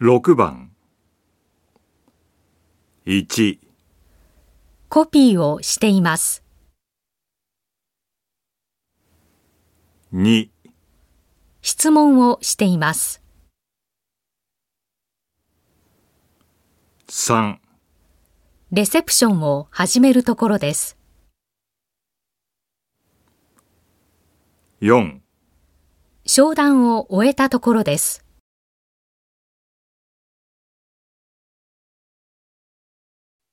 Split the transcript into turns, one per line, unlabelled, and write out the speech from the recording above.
6番1
コピーをしています。
2
質問をしています。
3
レセプションを始めるところです。
4
商談を終えたところです。